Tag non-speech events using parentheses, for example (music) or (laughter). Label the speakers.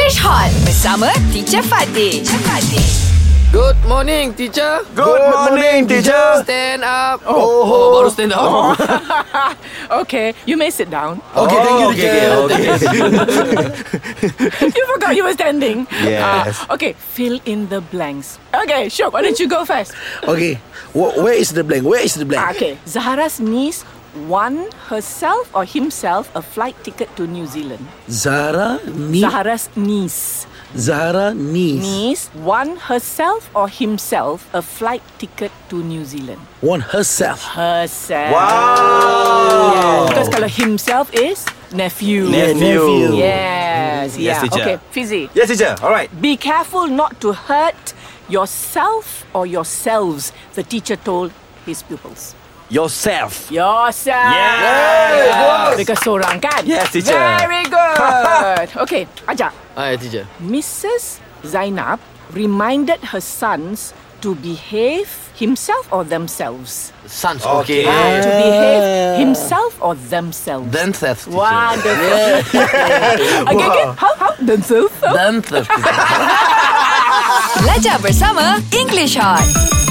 Speaker 1: Fresh Hot bersama Teacher Fatih. Teacher Fatih.
Speaker 2: Good morning, teacher.
Speaker 3: Good morning, teacher.
Speaker 2: Stand up. Oh, oh, baru stand up. Oh.
Speaker 4: Okay, you may sit
Speaker 3: (laughs)
Speaker 4: down.
Speaker 3: Okay, thank you, teacher. Okay,
Speaker 4: you forgot you were standing.
Speaker 3: Yes.
Speaker 4: Ah, okay, fill in the blanks. Okay, sure. Why don't you go first?
Speaker 3: okay. Wh- Where is the blank? Where is the
Speaker 4: Ah,
Speaker 3: blank?
Speaker 4: Okay, Zahara's niece won herself or himself a flight ticket to New Zealand.
Speaker 3: Zara ni
Speaker 4: Zahara's niece.
Speaker 3: Zara niece
Speaker 4: Niece won herself or himself a flight ticket to New Zealand.
Speaker 3: won herself.
Speaker 4: Herself. Wow. Because kalau himself is nephew.
Speaker 3: Nephew.
Speaker 4: Yes. yeah. Okay, Fizzy.
Speaker 5: Yes, teacher. All right.
Speaker 4: Be careful not to hurt yourself or yourselves, the teacher told his pupils.
Speaker 5: Yourself.
Speaker 4: Yourself.
Speaker 5: Yes.
Speaker 4: Because seorang kan?
Speaker 5: Yes, teacher.
Speaker 4: Very good. (laughs) okay, Aja.
Speaker 2: Hi, teacher.
Speaker 4: Mrs. Zainab reminded her sons to behave himself or themselves.
Speaker 2: Sounds
Speaker 5: Okay.
Speaker 2: okay.
Speaker 4: Ah, to behave himself or themselves.
Speaker 2: Then theft. teacher.
Speaker 4: Wonderful. (laughs) okay, okay. How, how? Themselves?
Speaker 2: Then theft. teacher.
Speaker 1: Belajar bersama English Hot.